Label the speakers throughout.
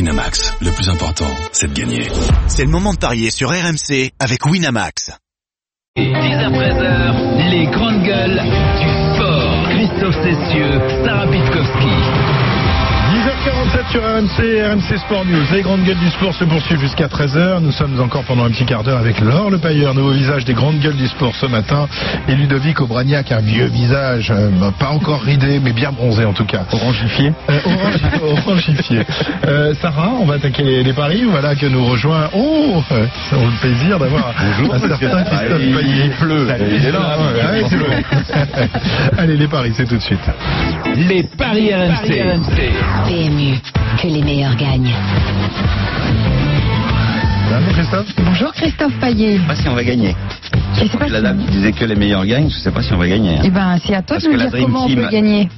Speaker 1: Winamax, le plus important, c'est de gagner.
Speaker 2: C'est le moment de parier sur RMC avec Winamax.
Speaker 3: 10h-13h, les grandes gueules du sport. Christophe Cessieux, Sarah Pitkowski.
Speaker 4: 10h47 sur RMC, RMC Sport News. Les grandes gueules du sport se poursuivent jusqu'à 13h. Nous sommes encore pendant un petit quart d'heure avec Laure Le Pailleur, nouveau visage des grandes gueules du sport ce matin. Et Ludovic Obraniak, un vieux visage, euh, pas encore ridé, mais bien bronzé en tout cas. Orangifié. orangifié. Euh, Sarah, on va attaquer les, les paris. Voilà que nous rejoint. Oh, euh, ça a le plaisir d'avoir un certain Christophe Payet. Il pleut. Il est là. hein. Ouais, c'est bon. Allez, les paris, c'est tout de suite.
Speaker 3: Les Paris RMC.
Speaker 5: PMU, que les meilleurs gagnent.
Speaker 4: Allô, Christophe
Speaker 5: Bonjour Christophe Paillet.
Speaker 6: sais pas si on va gagner.
Speaker 5: Je sais pas
Speaker 6: La
Speaker 5: si-
Speaker 6: dame qui disait que les meilleurs gagnent, je sais pas si on va gagner. hein.
Speaker 5: Eh ben, c'est à toi
Speaker 6: Parce
Speaker 5: de nous
Speaker 6: que la
Speaker 5: dire
Speaker 6: Dream
Speaker 5: comment on
Speaker 6: Team-
Speaker 5: peut gagner.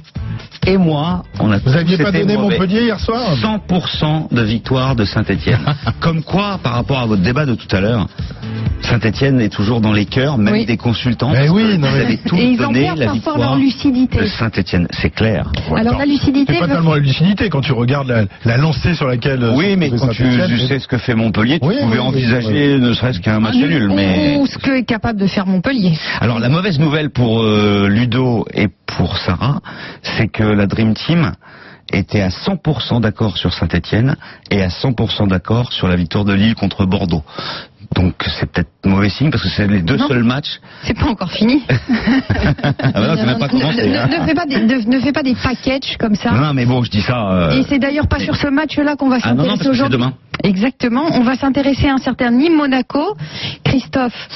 Speaker 6: Et moi, on a
Speaker 4: Vous aviez pas
Speaker 6: c'était
Speaker 4: donné
Speaker 6: mauvais.
Speaker 4: Montpellier hier soir
Speaker 6: 100% de victoire de Saint-Etienne. Comme quoi, par rapport à votre débat de tout à l'heure, Saint-Etienne est toujours dans les cœurs, même
Speaker 5: Oui.
Speaker 6: des consultants.
Speaker 4: Mais
Speaker 6: parce que
Speaker 4: oui, non,
Speaker 6: vous
Speaker 4: mais-
Speaker 6: avez tous
Speaker 5: Et ils en
Speaker 6: donné
Speaker 5: perdent
Speaker 6: la
Speaker 5: parfois leur
Speaker 6: victoire
Speaker 5: lucidité.
Speaker 6: de Saint-Etienne, c'est clair.
Speaker 5: Alors la lucidité
Speaker 4: C'est pas
Speaker 5: veut-
Speaker 4: tellement la lucidité quand tu regardes la, la lancée sur laquelle. euh,
Speaker 6: Oui,
Speaker 4: se
Speaker 6: mais
Speaker 4: trouvait
Speaker 6: quand tu,
Speaker 4: Saint-Étienne,
Speaker 6: tu sais ce que fait Montpellier,
Speaker 4: Oui,
Speaker 6: tu pouvais
Speaker 4: oui, oui,
Speaker 6: envisager ne serait-ce
Speaker 5: Ah,
Speaker 6: qu'un match nul. Mais
Speaker 5: Ou ce que est capable de faire Montpellier.
Speaker 6: Alors la mauvaise nouvelle pour euh, Ludo et pour Sarah, c'est que la Dream Team était à 100% d'accord sur Saint-Etienne et à 100% d'accord sur la victoire de Lille contre Bordeaux. Donc c'est peut-être mauvais signe parce que c'est les deux
Speaker 5: Non.
Speaker 6: seuls matchs.
Speaker 5: C'est pas encore fini.
Speaker 6: Ah bah non, c'est même pas commencé.
Speaker 5: Ne-
Speaker 6: hein.
Speaker 5: Ne ne fais pas des- ne- ne fais pas des packages comme ça.
Speaker 6: Non, mais bon, je dis ça. euh,
Speaker 5: Et c'est d'ailleurs pas sur ce match-là qu'on va
Speaker 6: Ah non, non, parce
Speaker 5: s'intéresser
Speaker 6: que c'est
Speaker 5: aujourd'hui.
Speaker 6: demain.
Speaker 5: Exactement. On va s'intéresser à un certain Nîmes Monaco. Christophe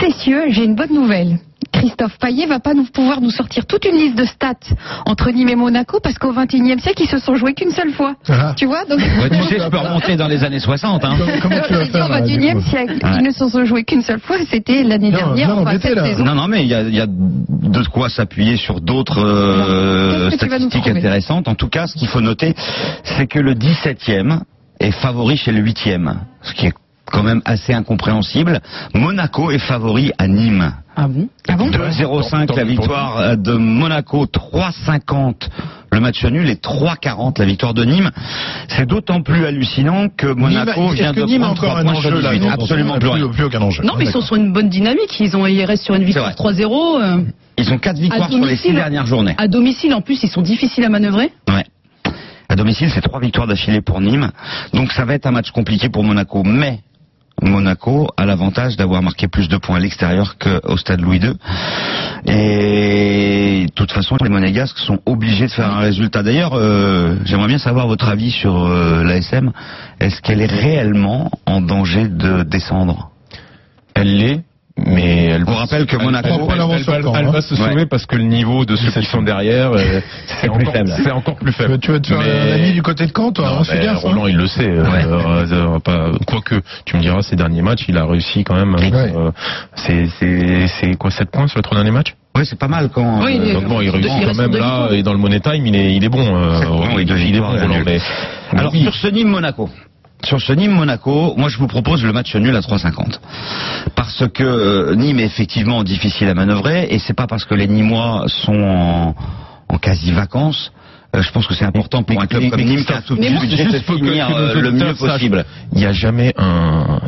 Speaker 5: Cessieux, j'ai une bonne nouvelle. Christophe Paillet va pas nous pouvoir nous sortir toute une liste de stats entre Nîmes et Monaco parce qu'au XXIe siècle, ils se sont joués qu'une seule fois.
Speaker 4: Ah.
Speaker 5: Tu vois donc... euh,
Speaker 6: Ouais, tu sais, je peux remonter dans les années 60. Hein.
Speaker 4: Comment, comment tu
Speaker 5: Alors,
Speaker 4: vas
Speaker 5: j'ai dit
Speaker 4: faire
Speaker 5: au
Speaker 4: là, du
Speaker 5: XXIe
Speaker 4: coup
Speaker 5: siècle,
Speaker 6: Ouais.
Speaker 5: ils ne se sont joués qu'une seule fois, c'était l'année
Speaker 4: Non,
Speaker 5: dernière,
Speaker 4: non,
Speaker 5: enfin
Speaker 4: embêtez,
Speaker 5: cette
Speaker 4: là.
Speaker 5: saison.
Speaker 6: Non, non, mais il y a, il y a de quoi s'appuyer sur d'autres euh,
Speaker 5: Qu'est-ce que tu vas nous
Speaker 6: statistiques
Speaker 5: trouver
Speaker 6: intéressantes. En tout cas, ce qu'il faut noter, c'est que le 17e est favori chez le 8e, ce qui est quand même assez incompréhensible. Monaco est favori à Nîmes.
Speaker 5: Ah bon Ah bon
Speaker 6: 2,05 la victoire euh, de Monaco, 3,50 le match nul et 3,40 la victoire de Nîmes. C'est d'autant plus hallucinant que Monaco
Speaker 4: Nîmes,
Speaker 6: vient
Speaker 4: est-ce
Speaker 6: de
Speaker 4: que Nîmes a
Speaker 6: prendre
Speaker 4: encore
Speaker 6: 3
Speaker 4: un
Speaker 6: points sur
Speaker 4: enjeu là
Speaker 6: 18.
Speaker 4: non,
Speaker 6: Absolument plus
Speaker 4: plus,
Speaker 6: rien.
Speaker 4: plus aucun enjeu.
Speaker 7: Non, mais ils sont sur une bonne dynamique. Ils, ont, ils restent sur une victoire
Speaker 6: C'est
Speaker 7: 3-0. euh,
Speaker 6: Ils ont 4 victoires sur les 6
Speaker 7: domicile.
Speaker 6: dernières journées.
Speaker 7: à domicile, en plus, ils sont difficiles à manœuvrer.
Speaker 6: Ouais. À domicile, c'est trois victoires d'affilée pour Nîmes. Donc ça va être un match compliqué pour Monaco. Mais Monaco a l'avantage d'avoir marqué plus de points à l'extérieur qu'au stade Louis II. Et de toute façon, les Monégasques sont obligés de faire un résultat. D'ailleurs, euh, j'aimerais bien savoir votre avis sur euh, l'ASM. Est-ce qu'elle est réellement en danger de descendre
Speaker 8: Elle l'est, mais elle
Speaker 6: Je vous rappelle que Monaco-
Speaker 8: elle- elle- elle-
Speaker 4: avance
Speaker 8: elle- elle-
Speaker 4: encore,
Speaker 8: elle
Speaker 4: hein.
Speaker 8: va se sauver
Speaker 6: Ouais.
Speaker 8: parce que le niveau de ceux qui sont derrière, euh, c'est encore, c'est encore plus
Speaker 4: Tu veux,
Speaker 8: faible.
Speaker 4: tu veux te faire
Speaker 8: Mais-
Speaker 4: un ami du côté de Caen, toi
Speaker 8: Non,
Speaker 4: hein, fais
Speaker 8: mais
Speaker 4: gaffe, hein.
Speaker 8: Roland, il le sait. euh,
Speaker 6: Ouais.
Speaker 8: euh, euh, pas- Quoique, tu me diras, ces derniers matchs, il a réussi quand même.
Speaker 4: Ouais.
Speaker 8: euh, c'est- C'est c'est quoi, 7 points sur les trois derniers matchs
Speaker 6: Oui, c'est pas mal quand...
Speaker 7: Oui,
Speaker 6: euh,
Speaker 7: il est-
Speaker 8: Donc bon, il
Speaker 7: il
Speaker 8: réussit
Speaker 7: reste
Speaker 8: quand même
Speaker 7: deux
Speaker 8: là,
Speaker 7: victoires.
Speaker 8: et dans le Money Time, il est, il est bon. euh,
Speaker 6: Bon, oui, deux
Speaker 8: il est bon,
Speaker 6: victoires, un
Speaker 8: Roland,
Speaker 6: nul.
Speaker 8: mais-
Speaker 6: Alors
Speaker 8: Oui.
Speaker 6: sur ce Nîmes Monaco. Sur ce Nîmes Monaco, moi je vous propose le match nul à 3,50 parce que euh, Nîmes est effectivement difficile à manœuvrer et c'est pas parce que les Nîmois sont en, en quasi vacances. euh, je pense que c'est important pour un club
Speaker 8: Mais-
Speaker 6: comme
Speaker 8: mais
Speaker 6: Nîmes qui
Speaker 8: Christophe,
Speaker 6: a tout petit
Speaker 8: juste-
Speaker 6: budget de
Speaker 8: juste faut que-
Speaker 6: finir
Speaker 8: que nos
Speaker 6: euh, le mieux
Speaker 8: auditeurs sachent.
Speaker 6: possible.
Speaker 8: Il n'y a jamais un.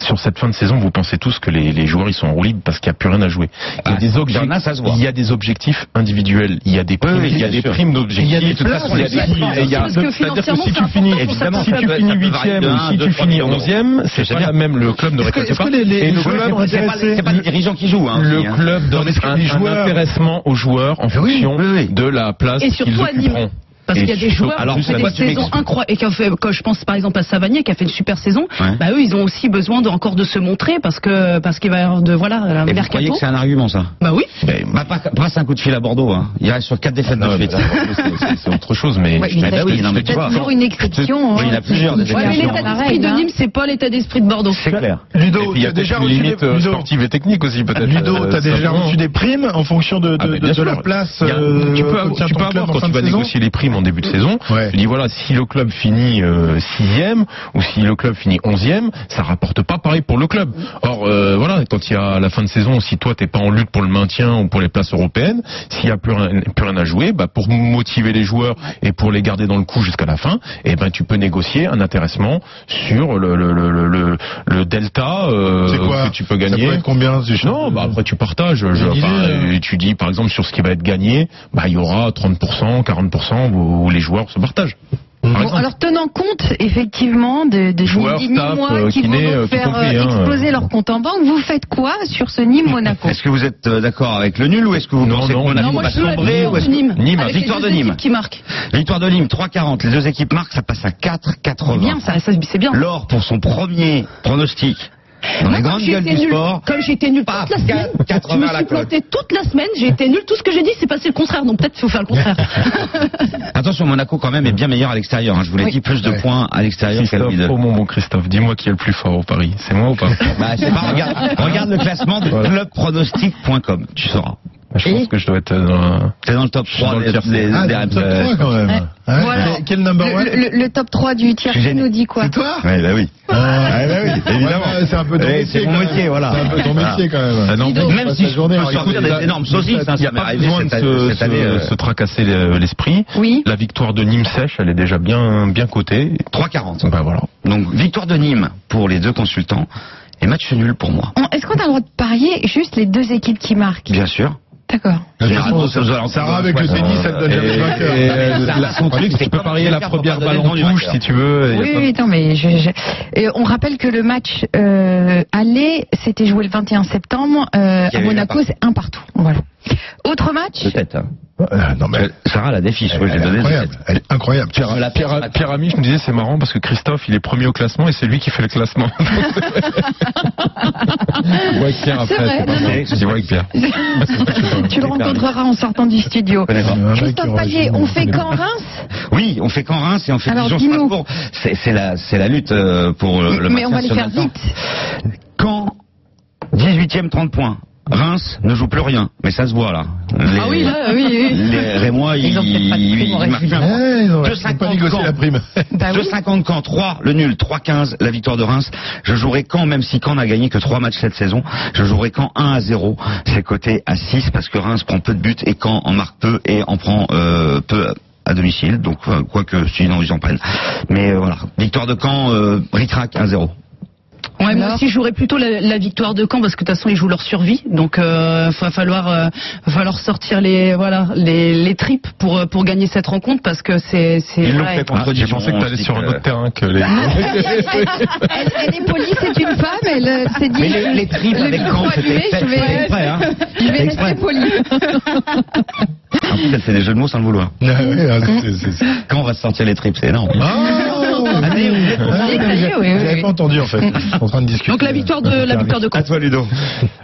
Speaker 8: Sur cette fin de saison, vous pensez tous que les, les joueurs ils sont en roue libre parce qu'il n'y a plus rien à jouer. Il y
Speaker 6: Ah,
Speaker 8: a des
Speaker 6: il y en a,
Speaker 8: objectifs,
Speaker 6: ça se voit.
Speaker 8: il y a des objectifs individuels, il y a des primes,
Speaker 6: Oui, oui,
Speaker 8: il y a
Speaker 6: bien
Speaker 8: des
Speaker 6: sûr.
Speaker 8: primes d'objectifs.
Speaker 6: Il y a des places,
Speaker 8: il y
Speaker 6: les
Speaker 8: a
Speaker 6: places,
Speaker 8: des primes, et il y a-
Speaker 7: parce que
Speaker 8: C'est-à-dire que
Speaker 7: financièrement,
Speaker 8: si
Speaker 7: c'est
Speaker 8: tu finis,
Speaker 7: important pour
Speaker 6: certains
Speaker 8: si tu
Speaker 6: clubs,
Speaker 8: finis
Speaker 6: ça peut varier de
Speaker 8: 8 ou
Speaker 6: un,
Speaker 8: si
Speaker 6: deux,
Speaker 8: tu
Speaker 6: trois
Speaker 8: finis
Speaker 6: millions d'euros.
Speaker 8: 11e, c'est
Speaker 6: C'est
Speaker 8: pas
Speaker 6: bien.
Speaker 8: la même le club ne
Speaker 4: Est-ce que-
Speaker 8: récolte
Speaker 4: est-ce
Speaker 8: pas.
Speaker 4: que les- les-
Speaker 8: Et
Speaker 4: les
Speaker 8: le
Speaker 6: C'est
Speaker 4: joueurs
Speaker 8: club
Speaker 6: pas- c'est pas-
Speaker 4: intéressés-
Speaker 6: c'est pas les dirigeants qui jouent. Hein,
Speaker 8: le
Speaker 6: aussi, hein.
Speaker 8: club
Speaker 4: Non,
Speaker 8: donne
Speaker 4: mais est-ce que
Speaker 8: un,
Speaker 4: les
Speaker 8: un
Speaker 4: joueurs-
Speaker 8: intéressement aux joueurs en
Speaker 4: Ah
Speaker 6: oui,
Speaker 8: fonction
Speaker 6: oui, oui.
Speaker 8: de la place
Speaker 7: Et
Speaker 8: qu'ils
Speaker 7: surtout à Nîmes.
Speaker 8: occuperont.
Speaker 7: Parce
Speaker 6: Et
Speaker 7: qu'il y a des
Speaker 6: surtout-
Speaker 7: joueurs
Speaker 6: alors,
Speaker 7: qui ont fait
Speaker 6: ça va,
Speaker 7: des
Speaker 6: tu
Speaker 7: saisons
Speaker 6: m'expliques.
Speaker 7: incroyables. Et qui ont fait, quand je pense par exemple à Savanier qui a fait une super saison,
Speaker 6: Ouais.
Speaker 7: bah eux, ils ont aussi besoin de, encore de se montrer parce que parce qu'il va y avoir de voilà un
Speaker 6: Et vous croyez
Speaker 7: mercato.
Speaker 6: que c'est un argument ça
Speaker 7: Bah oui.
Speaker 6: bah, pas- Passe un coup de fil à Bordeaux. Hein. Il reste sur quatre défaites de
Speaker 8: Non, Ah mais
Speaker 6: suite.
Speaker 8: là, c'est- c'est- c'est autre chose, mais
Speaker 5: Ouais,
Speaker 8: je
Speaker 5: mais
Speaker 8: te-
Speaker 5: bah
Speaker 8: je
Speaker 6: oui,
Speaker 8: te-
Speaker 6: non,
Speaker 8: je
Speaker 6: mais
Speaker 8: te
Speaker 5: Peut-être
Speaker 8: dis pas.
Speaker 5: toujours une exception. hein.
Speaker 6: Oui, il y en a plusieurs, des
Speaker 7: Ouais, mais
Speaker 6: exceptions.
Speaker 7: l'état d'esprit de Nîmes, c'est pas l'état d'esprit de Bordeaux.
Speaker 6: C'est clair.
Speaker 4: Ludo,
Speaker 8: il y
Speaker 4: tu
Speaker 8: a
Speaker 4: as déjà
Speaker 8: déjà une
Speaker 4: reçu des
Speaker 8: limite euh,
Speaker 4: Ludo,
Speaker 8: sportive et technique aussi peut-être.
Speaker 4: Ludo,
Speaker 8: euh,
Speaker 4: t'as déjà
Speaker 8: simplement.
Speaker 4: reçu des primes en fonction de, de,
Speaker 8: Ah, mais
Speaker 4: de-
Speaker 8: bien
Speaker 4: de la
Speaker 8: sûr.
Speaker 4: place.
Speaker 8: Il y a-
Speaker 4: euh,
Speaker 8: tu peux, avoir-
Speaker 4: qu'obtient
Speaker 8: tu
Speaker 4: ton
Speaker 8: peux
Speaker 4: club
Speaker 8: avoir
Speaker 4: en
Speaker 8: quand
Speaker 4: fin
Speaker 8: tu
Speaker 4: de
Speaker 8: vas
Speaker 4: saison
Speaker 8: négocier les primes en début de saison.
Speaker 4: Ouais.
Speaker 8: Je dis voilà, si le club finit euh, sixième ou si le club finit onzième, ça rapporte pas pareil pour le club. Or euh, voilà, quand il y a à la fin de saison, si toi t'es pas en lutte pour le maintien ou pour les places européennes, s'il y a plus rien, plus rien à jouer, bah pour motiver les joueurs et pour les garder dans le coup jusqu'à la fin, eh ben tu peux négocier un intéressement sur le le le le, le- le delta euh,
Speaker 4: C'est quoi
Speaker 8: que tu peux
Speaker 4: Ça
Speaker 8: gagner.
Speaker 4: pourrait être combien si je-
Speaker 8: Non, bah après tu partages. Je,
Speaker 4: Une idée,
Speaker 8: enfin,
Speaker 4: euh.
Speaker 8: et tu dis par exemple sur ce qui va être gagné, bah il y aura 30%, 40% où, où les joueurs se partagent.
Speaker 4: Mmh.
Speaker 8: Par
Speaker 5: Bon,
Speaker 8: exemple.
Speaker 5: alors tenant compte effectivement de, de
Speaker 8: Joueurs,
Speaker 5: ni, ni
Speaker 8: staff,
Speaker 5: moi
Speaker 8: euh,
Speaker 5: qui
Speaker 8: kiné,
Speaker 5: vont
Speaker 8: euh,
Speaker 5: nous
Speaker 8: tout
Speaker 5: faire
Speaker 8: compris,
Speaker 5: euh,
Speaker 8: hein. Bah,
Speaker 5: exploser leur compte en banque, vous faites quoi sur ce Nîmes Monaco
Speaker 6: Est-ce que vous êtes euh, d'accord avec le nul ou est-ce que vous
Speaker 8: Non,
Speaker 6: pensez
Speaker 8: non,
Speaker 6: que Monaco
Speaker 8: non, moi,
Speaker 6: va
Speaker 8: je veux la
Speaker 6: sombrer
Speaker 8: victoire
Speaker 6: ou est-ce que-
Speaker 7: de Nîmes.
Speaker 8: Nîmes,
Speaker 7: Avec les
Speaker 6: victoire
Speaker 7: deux
Speaker 6: de
Speaker 7: équipes
Speaker 6: Nîmes.
Speaker 7: Qui marque.
Speaker 6: Victoire de Nîmes, 3,40. Les deux équipes marquent, ça passe à
Speaker 7: C'est
Speaker 6: 4,80.
Speaker 7: bien, ça, ça, c'est bien.
Speaker 6: L'or pour son premier pronostic dans
Speaker 7: Moi,
Speaker 6: les
Speaker 7: comme
Speaker 6: grandes
Speaker 7: j'ai
Speaker 6: gueules
Speaker 7: été
Speaker 6: du
Speaker 7: nulle-
Speaker 6: sport.
Speaker 7: Comme j'ai été nulle toute
Speaker 6: Paf,
Speaker 7: la semaine, je
Speaker 6: 80
Speaker 7: me
Speaker 6: à la
Speaker 7: suis plantée toute la semaine, j'ai été nulle. Tout ce que j'ai dit, c'est passé le contraire. Donc peut-être qu'il faut faire le contraire.
Speaker 6: Attention, Monaco quand même est bien meilleur à l'extérieur. hein. Je vous l'ai
Speaker 7: Oui.
Speaker 6: dit, plus de
Speaker 4: Ouais.
Speaker 6: points à l'extérieur qu'à la
Speaker 8: Christophe,
Speaker 6: Lidl.
Speaker 8: oh mon bon Christophe, dis-moi qui est le plus fort au Paris. C'est moi ou pas
Speaker 6: Bah, c'est pas, regarde, regarde le classement de clubpronostic.com, tu sauras.
Speaker 8: Je pense que je dois être
Speaker 4: euh,
Speaker 8: dans
Speaker 6: C'est dans le top
Speaker 8: dans
Speaker 6: 3
Speaker 8: le
Speaker 6: des,
Speaker 8: tiers.
Speaker 6: des,
Speaker 4: Ah,
Speaker 6: des
Speaker 4: t'es
Speaker 6: RMC.
Speaker 4: top 3 quand même.
Speaker 7: Ouais.
Speaker 4: Hein
Speaker 5: Voilà.
Speaker 4: Quel- Quel
Speaker 8: bah,
Speaker 4: number one
Speaker 5: le, le- le top 3 du tiers
Speaker 6: Je suis gêné.
Speaker 5: nous dit quoi
Speaker 4: C'est toi
Speaker 6: Ouais, bah oui.
Speaker 4: Ah,
Speaker 6: Ouais, bah oui, évidemment.
Speaker 4: ouais, C'est un peu ton
Speaker 6: Eh,
Speaker 4: métier.
Speaker 6: c'est mon
Speaker 4: quand même.
Speaker 6: métier, voilà.
Speaker 4: C'est un peu ton
Speaker 6: Voilà.
Speaker 4: métier quand même.
Speaker 8: Ah non,
Speaker 7: Dis donc.
Speaker 6: Même
Speaker 4: passe
Speaker 6: si
Speaker 4: la
Speaker 6: je
Speaker 4: journée à
Speaker 6: peux sortir
Speaker 4: regarder
Speaker 6: des
Speaker 4: la-
Speaker 6: énormes saucisses, hein,
Speaker 8: Ah, Il n'y
Speaker 6: ça
Speaker 8: hein. a
Speaker 6: m'est
Speaker 8: pas
Speaker 6: arrivé
Speaker 8: besoin de
Speaker 6: cette,
Speaker 8: se,
Speaker 6: cette
Speaker 8: se-
Speaker 6: année. euh,
Speaker 8: se tracasser le- l'esprit.
Speaker 5: Oui.
Speaker 8: La victoire de Nîmes sèche, elle est déjà bien bien cotée.
Speaker 6: 3,40.
Speaker 8: Bah voilà.
Speaker 6: Donc, victoire de Nîmes pour les deux consultants et match nul pour moi.
Speaker 5: On- Est-ce qu'on a le droit de parier juste les deux équipes qui marquent
Speaker 6: Bien sûr.
Speaker 5: D'accord.
Speaker 4: De toute
Speaker 6: Généralement,
Speaker 4: façon,
Speaker 6: c'est aux alentours
Speaker 4: Sarah
Speaker 6: de-
Speaker 4: avec le
Speaker 6: Ouais.
Speaker 4: tennis, ça te donne jamais
Speaker 8: Et-
Speaker 4: le vainqueur. Ah,
Speaker 8: et, euh,
Speaker 6: Ça,
Speaker 8: la- son
Speaker 6: ça,
Speaker 8: truc,
Speaker 6: ça,
Speaker 8: c'est que tu
Speaker 6: ça,
Speaker 8: peux parier la
Speaker 6: ça,
Speaker 8: première
Speaker 6: ça,
Speaker 8: balle
Speaker 6: ça,
Speaker 8: en
Speaker 6: ça,
Speaker 8: touche
Speaker 4: hein.
Speaker 6: ça,
Speaker 8: si tu veux. Il y a
Speaker 5: Oui,
Speaker 8: pas de-
Speaker 5: oui, non, mais je, je- euh, on rappelle que le match euh, aller, c'était joué le 21 septembre. euh,
Speaker 6: Il y
Speaker 5: à
Speaker 6: avait
Speaker 5: Monaco,
Speaker 6: un partout.
Speaker 5: c'est un partout. Voilà. Autre match
Speaker 6: Peut-être. hein.
Speaker 4: Ah, Non mais.
Speaker 6: Sarah la défiche.
Speaker 4: Elle
Speaker 6: Oui, j'ai
Speaker 4: est
Speaker 6: donné.
Speaker 4: incroyable, elle est incroyable.
Speaker 6: Je me la perds ce
Speaker 8: Pierre,
Speaker 6: matin.
Speaker 8: Pierre Amiche nous disait c'est marrant parce que Christophe il est premier au classement et c'est lui qui fait le classement. Je vois avec Pierre
Speaker 5: C'est
Speaker 8: après.
Speaker 5: vrai,
Speaker 8: c'est pas
Speaker 5: non,
Speaker 8: grave.
Speaker 6: non.
Speaker 8: Je dis ouais avec Pierre.
Speaker 5: tu le rencontreras en sortant du studio. Christophe Payet, on fait quand Reims
Speaker 6: Oui, on fait qu'en Reims et on fait
Speaker 5: Alors,
Speaker 6: Dijon
Speaker 5: dis-nous.
Speaker 6: Strasbourg. C'est c'est la c'est la lutte euh, pour euh, le
Speaker 5: Mais on va les
Speaker 6: maintien
Speaker 5: faire
Speaker 6: sur le
Speaker 5: vite.
Speaker 6: temps. Caen 18e 30 points. Reims ne joue plus rien, mais ça se voit là. Les-
Speaker 7: Ah oui,
Speaker 5: bah
Speaker 7: là, oui, oui.
Speaker 6: Les Rémois, ils,
Speaker 7: Ils ont peut-être pas de prime au
Speaker 6: ils marquent
Speaker 7: résultat.
Speaker 6: un point.
Speaker 4: Eh, ils ont- ils
Speaker 6: Deux
Speaker 4: ont pas
Speaker 6: cinquante
Speaker 4: négocié
Speaker 6: camps.
Speaker 4: la prime. Ah,
Speaker 5: Bah oui.
Speaker 6: 2,50 Caen, 3, le nul, 3,15 la victoire de Reims. Je jouerai Caen, même si Caen n'a gagné que 3 matchs cette saison. Je jouerai Caen 1 à 0. C'est coté à 6 parce que Reims prend peu de buts et Caen en marque peu et en prend euh, peu à domicile. Donc, euh, quoique, sinon ils en prennent. Mais euh, voilà, victoire de Caen, euh, Ricrac 1 0.
Speaker 7: Ouais, moi
Speaker 5: Alors
Speaker 7: aussi, je jouerais plutôt la, la victoire de Caen parce que de toute façon, ils jouent leur survie. Donc, euh, va falloir, euh, va falloir sortir les, voilà, les, les tripes pour, euh, pour gagner cette rencontre parce que c'est, c'est.
Speaker 6: Ils l'ont
Speaker 7: ouais.
Speaker 6: fait contre
Speaker 8: Ah, J'ai
Speaker 6: Dijon,
Speaker 8: pensé que
Speaker 6: on
Speaker 8: t'allais
Speaker 6: se dit
Speaker 8: sur un
Speaker 6: que-
Speaker 8: autre terrain que les.
Speaker 5: Elle, elle est polie, c'est une femme, elle euh, s'est dit.
Speaker 6: Mais les, les triples
Speaker 5: le
Speaker 6: avec
Speaker 5: micro
Speaker 6: Caen,
Speaker 5: allumé,
Speaker 6: c'était fait-
Speaker 5: je vais-
Speaker 6: c'était exprès. Hein.
Speaker 5: Je vais
Speaker 6: C'était
Speaker 5: rester
Speaker 6: exprès.
Speaker 5: polie.
Speaker 6: En plus, elle fait Ah, des jeux de mots sans le vouloir.
Speaker 4: Ah, ouais, ah,
Speaker 8: Hein
Speaker 4: c'est- c'est- c'est-
Speaker 6: Quand on va se sortir les tripes, c'est énorme.
Speaker 4: Ah,
Speaker 6: Allez, on fait-
Speaker 4: Ah,
Speaker 5: Oui, ça y est, oui, oui,
Speaker 4: J'avais
Speaker 5: oui.
Speaker 4: pas entendu en fait. Je suis en train de discuter.
Speaker 7: Donc, la victoire
Speaker 4: euh,
Speaker 7: de, la victoire de Caen.
Speaker 6: À toi, Ludo.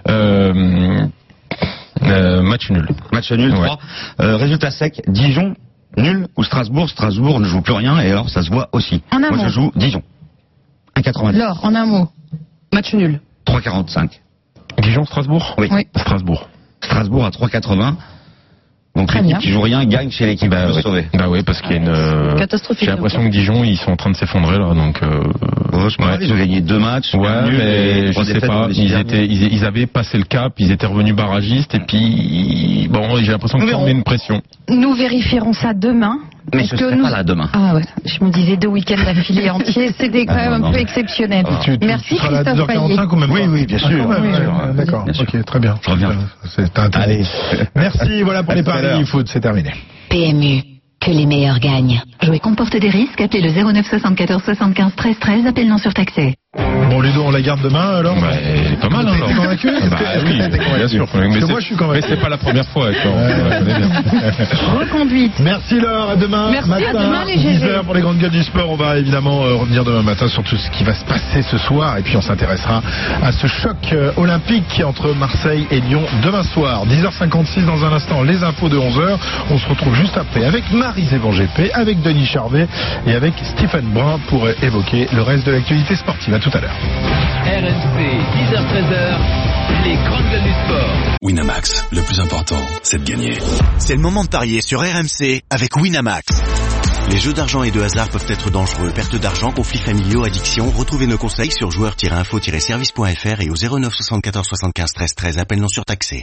Speaker 8: Euh, euh, match nul.
Speaker 6: Match nul,
Speaker 8: Ouais.
Speaker 6: 3. Euh, résultat sec, Dijon, nul, ou Strasbourg. Strasbourg ne joue plus rien, et alors ça se voit aussi.
Speaker 5: En un
Speaker 6: Moi,
Speaker 5: mot.
Speaker 6: je joue Dijon. 1,90.
Speaker 5: Laure, en un mot.
Speaker 7: Match nul.
Speaker 6: 3,45.
Speaker 8: Dijon Strasbourg.
Speaker 6: Oui.
Speaker 5: Oui.
Speaker 8: Strasbourg.
Speaker 6: Strasbourg à 3,80. Donc
Speaker 5: Très
Speaker 6: l'équipe
Speaker 5: bien.
Speaker 6: qui joue rien gagne chez l'équipe Ah, à
Speaker 8: oui.
Speaker 6: sauver.
Speaker 8: Bah oui parce qu'il y a une. euh,
Speaker 7: Catastrophique.
Speaker 8: J'ai l'impression que Dijon ils sont en train de s'effondrer là donc. euh, Ouais.
Speaker 6: Ils ont gagné deux matchs.
Speaker 8: Ouais,
Speaker 6: un nul, et
Speaker 8: mais je
Speaker 6: trois
Speaker 8: sais
Speaker 6: défaites dans
Speaker 8: pas.
Speaker 6: les six
Speaker 8: Ils
Speaker 6: derniers.
Speaker 8: étaient, ils, ils avaient passé le cap, ils étaient revenus barragistes, et puis bon, j'ai l'impression
Speaker 6: Nous
Speaker 8: que ça
Speaker 6: verrons.
Speaker 8: met une pression.
Speaker 5: Nous vérifierons ça demain.
Speaker 6: Mais
Speaker 5: Parce
Speaker 6: je
Speaker 5: que
Speaker 6: serai
Speaker 5: nous-
Speaker 6: pas là demain.
Speaker 5: Ah ouais, je me disais deux week-ends d'affilée entiers, c'était quand
Speaker 6: Ah,
Speaker 5: même
Speaker 6: non,
Speaker 5: un
Speaker 6: non,
Speaker 5: peu
Speaker 6: mais-
Speaker 5: exceptionnel.
Speaker 6: Ah.
Speaker 4: Tu, tu-
Speaker 5: Merci
Speaker 4: tu seras là à
Speaker 5: Christophe Payet.
Speaker 4: 2h45 ou même
Speaker 6: Oui,
Speaker 4: pas
Speaker 6: oui, bien
Speaker 4: Ah,
Speaker 6: sûr.
Speaker 4: quand même,
Speaker 6: Bien
Speaker 4: ouais,
Speaker 6: sûr.
Speaker 4: ouais, D'accord,
Speaker 6: Bien sûr.
Speaker 4: ok, très bien.
Speaker 6: Je reviens.
Speaker 4: C'est intéressant.
Speaker 6: Allez.
Speaker 4: Merci, voilà pour les
Speaker 6: À tout à l'heure.
Speaker 4: paris foot, c'est terminé.
Speaker 9: PMU. Que les meilleurs gagnent. Jouer comporte des risques. Appelez le 09 74 75 13 13. Appel non surtaxé.
Speaker 4: Bon, Ludo, on la garde demain alors
Speaker 8: Bah, elle est pas mal, hein,
Speaker 4: T'es
Speaker 8: Laure.
Speaker 4: convaincu
Speaker 8: Ah Bah
Speaker 4: Est-ce que-
Speaker 8: oui,
Speaker 4: est-ce que t'es convaincu
Speaker 8: bien sûr.
Speaker 4: Parce que
Speaker 8: c'est-
Speaker 4: moi, je suis convaincu.
Speaker 8: Mais c'est pas la première fois. avec Laurent.
Speaker 4: Ouais, ouais,
Speaker 8: Ouais, bien.
Speaker 5: Reconduite.
Speaker 4: Merci Laure, à demain
Speaker 5: Merci, à
Speaker 4: matin,
Speaker 5: demain, les
Speaker 4: 10
Speaker 5: GG.
Speaker 4: heures pour les grandes gueules du sport. On va évidemment euh, revenir demain matin sur tout ce qui va se passer ce soir et puis on s'intéressera à ce choc euh, olympique entre Marseille et Lyon demain soir. 10h56 dans un instant, les infos de 11h. On se retrouve juste après avec Marie-Zévan GP, avec Denis Charvet et avec Stéphane Brun pour euh, évoquer le reste de l'actualité sportive. À tout à l'heure.
Speaker 3: RMC, 10h-13h, les grandes gueules du sport.
Speaker 1: Winamax, le plus important, c'est de gagner.
Speaker 2: C'est le moment de parier sur RMC avec Winamax. Les jeux d'argent et de hasard peuvent être dangereux. Perte d'argent, conflits familiaux, addiction. Retrouvez nos conseils sur joueurs-info-service.fr et au 09 74 75 13 13. Appel non surtaxé.